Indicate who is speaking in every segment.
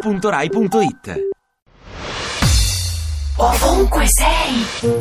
Speaker 1: radio2pod.rai.it
Speaker 2: Ovunque sei,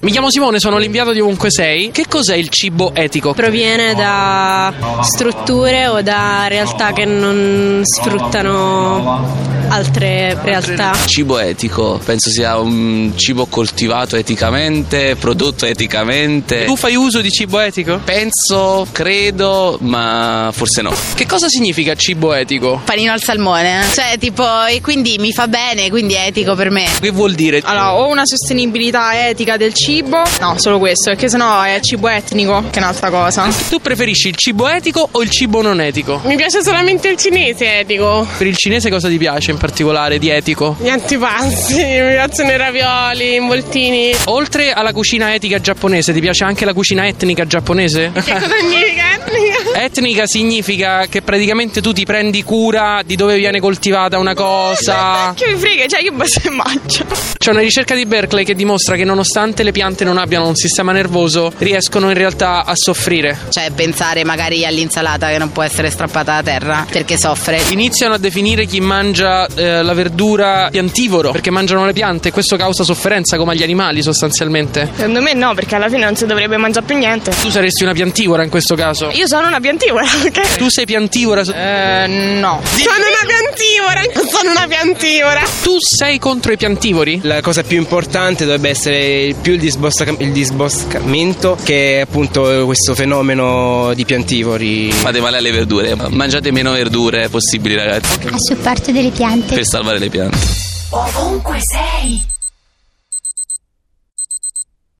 Speaker 3: Mi chiamo Simone, sono l'inviato di Ovunque Sei. Che cos'è il cibo etico?
Speaker 4: proviene da strutture o da realtà che non sfruttano altre realtà.
Speaker 5: Cibo etico, penso sia un cibo coltivato eticamente, prodotto eticamente.
Speaker 3: Eh, Tu fai uso di cibo etico?
Speaker 5: Penso, credo, ma forse no.
Speaker 3: Che cosa significa cibo etico?
Speaker 6: panino al salmone. eh. Cioè, tipo, e quindi mi fa bene, quindi è etico per me.
Speaker 3: Che vuol dire?
Speaker 7: Allora, o una sostenibilità etica del cibo, no, solo questo, perché sennò è cibo etnico, che è un'altra cosa.
Speaker 3: Tu preferisci il cibo etico o il cibo non etico?
Speaker 8: Mi piace solamente il cinese eh, etico.
Speaker 3: Per il cinese cosa ti piace in particolare di etico?
Speaker 8: Gli antipasti, mi piacciono i ravioli, i involtini.
Speaker 3: Oltre alla cucina etica giapponese, ti piace anche la cucina etnica giapponese?
Speaker 8: Che cosa significa etnico?
Speaker 3: Etnica significa che praticamente tu ti prendi cura di dove viene coltivata una cosa.
Speaker 7: Che mi frega, cioè io basta e mangio.
Speaker 3: C'è una ricerca di Berkeley che dimostra che nonostante le piante non abbiano un sistema nervoso, riescono in realtà a soffrire.
Speaker 6: Cioè, pensare magari all'insalata che non può essere strappata da terra perché soffre.
Speaker 3: Iniziano a definire chi mangia eh, la verdura piantivoro, perché mangiano le piante e questo causa sofferenza come agli animali sostanzialmente.
Speaker 7: Secondo me no, perché alla fine non si dovrebbe mangiare più niente.
Speaker 3: Tu saresti una piantivora in questo caso.
Speaker 7: Io sono una piantivora, ok?
Speaker 3: Tu sei piantivora, so-
Speaker 7: Eh, no.
Speaker 8: Sono una piantivora, sono una piantivora.
Speaker 3: tu sei contro i piantivori?
Speaker 9: La cosa più importante dovrebbe essere il- più il, disbosca- il disboscamento che è appunto questo fenomeno di piantivori.
Speaker 5: Fate male alle verdure, mangiate meno verdure possibili, ragazzi,
Speaker 10: a supporto delle piante.
Speaker 5: per salvare le piante.
Speaker 2: ovunque sei.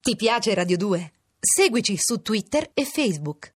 Speaker 11: Ti piace Radio 2? Seguici su Twitter e Facebook.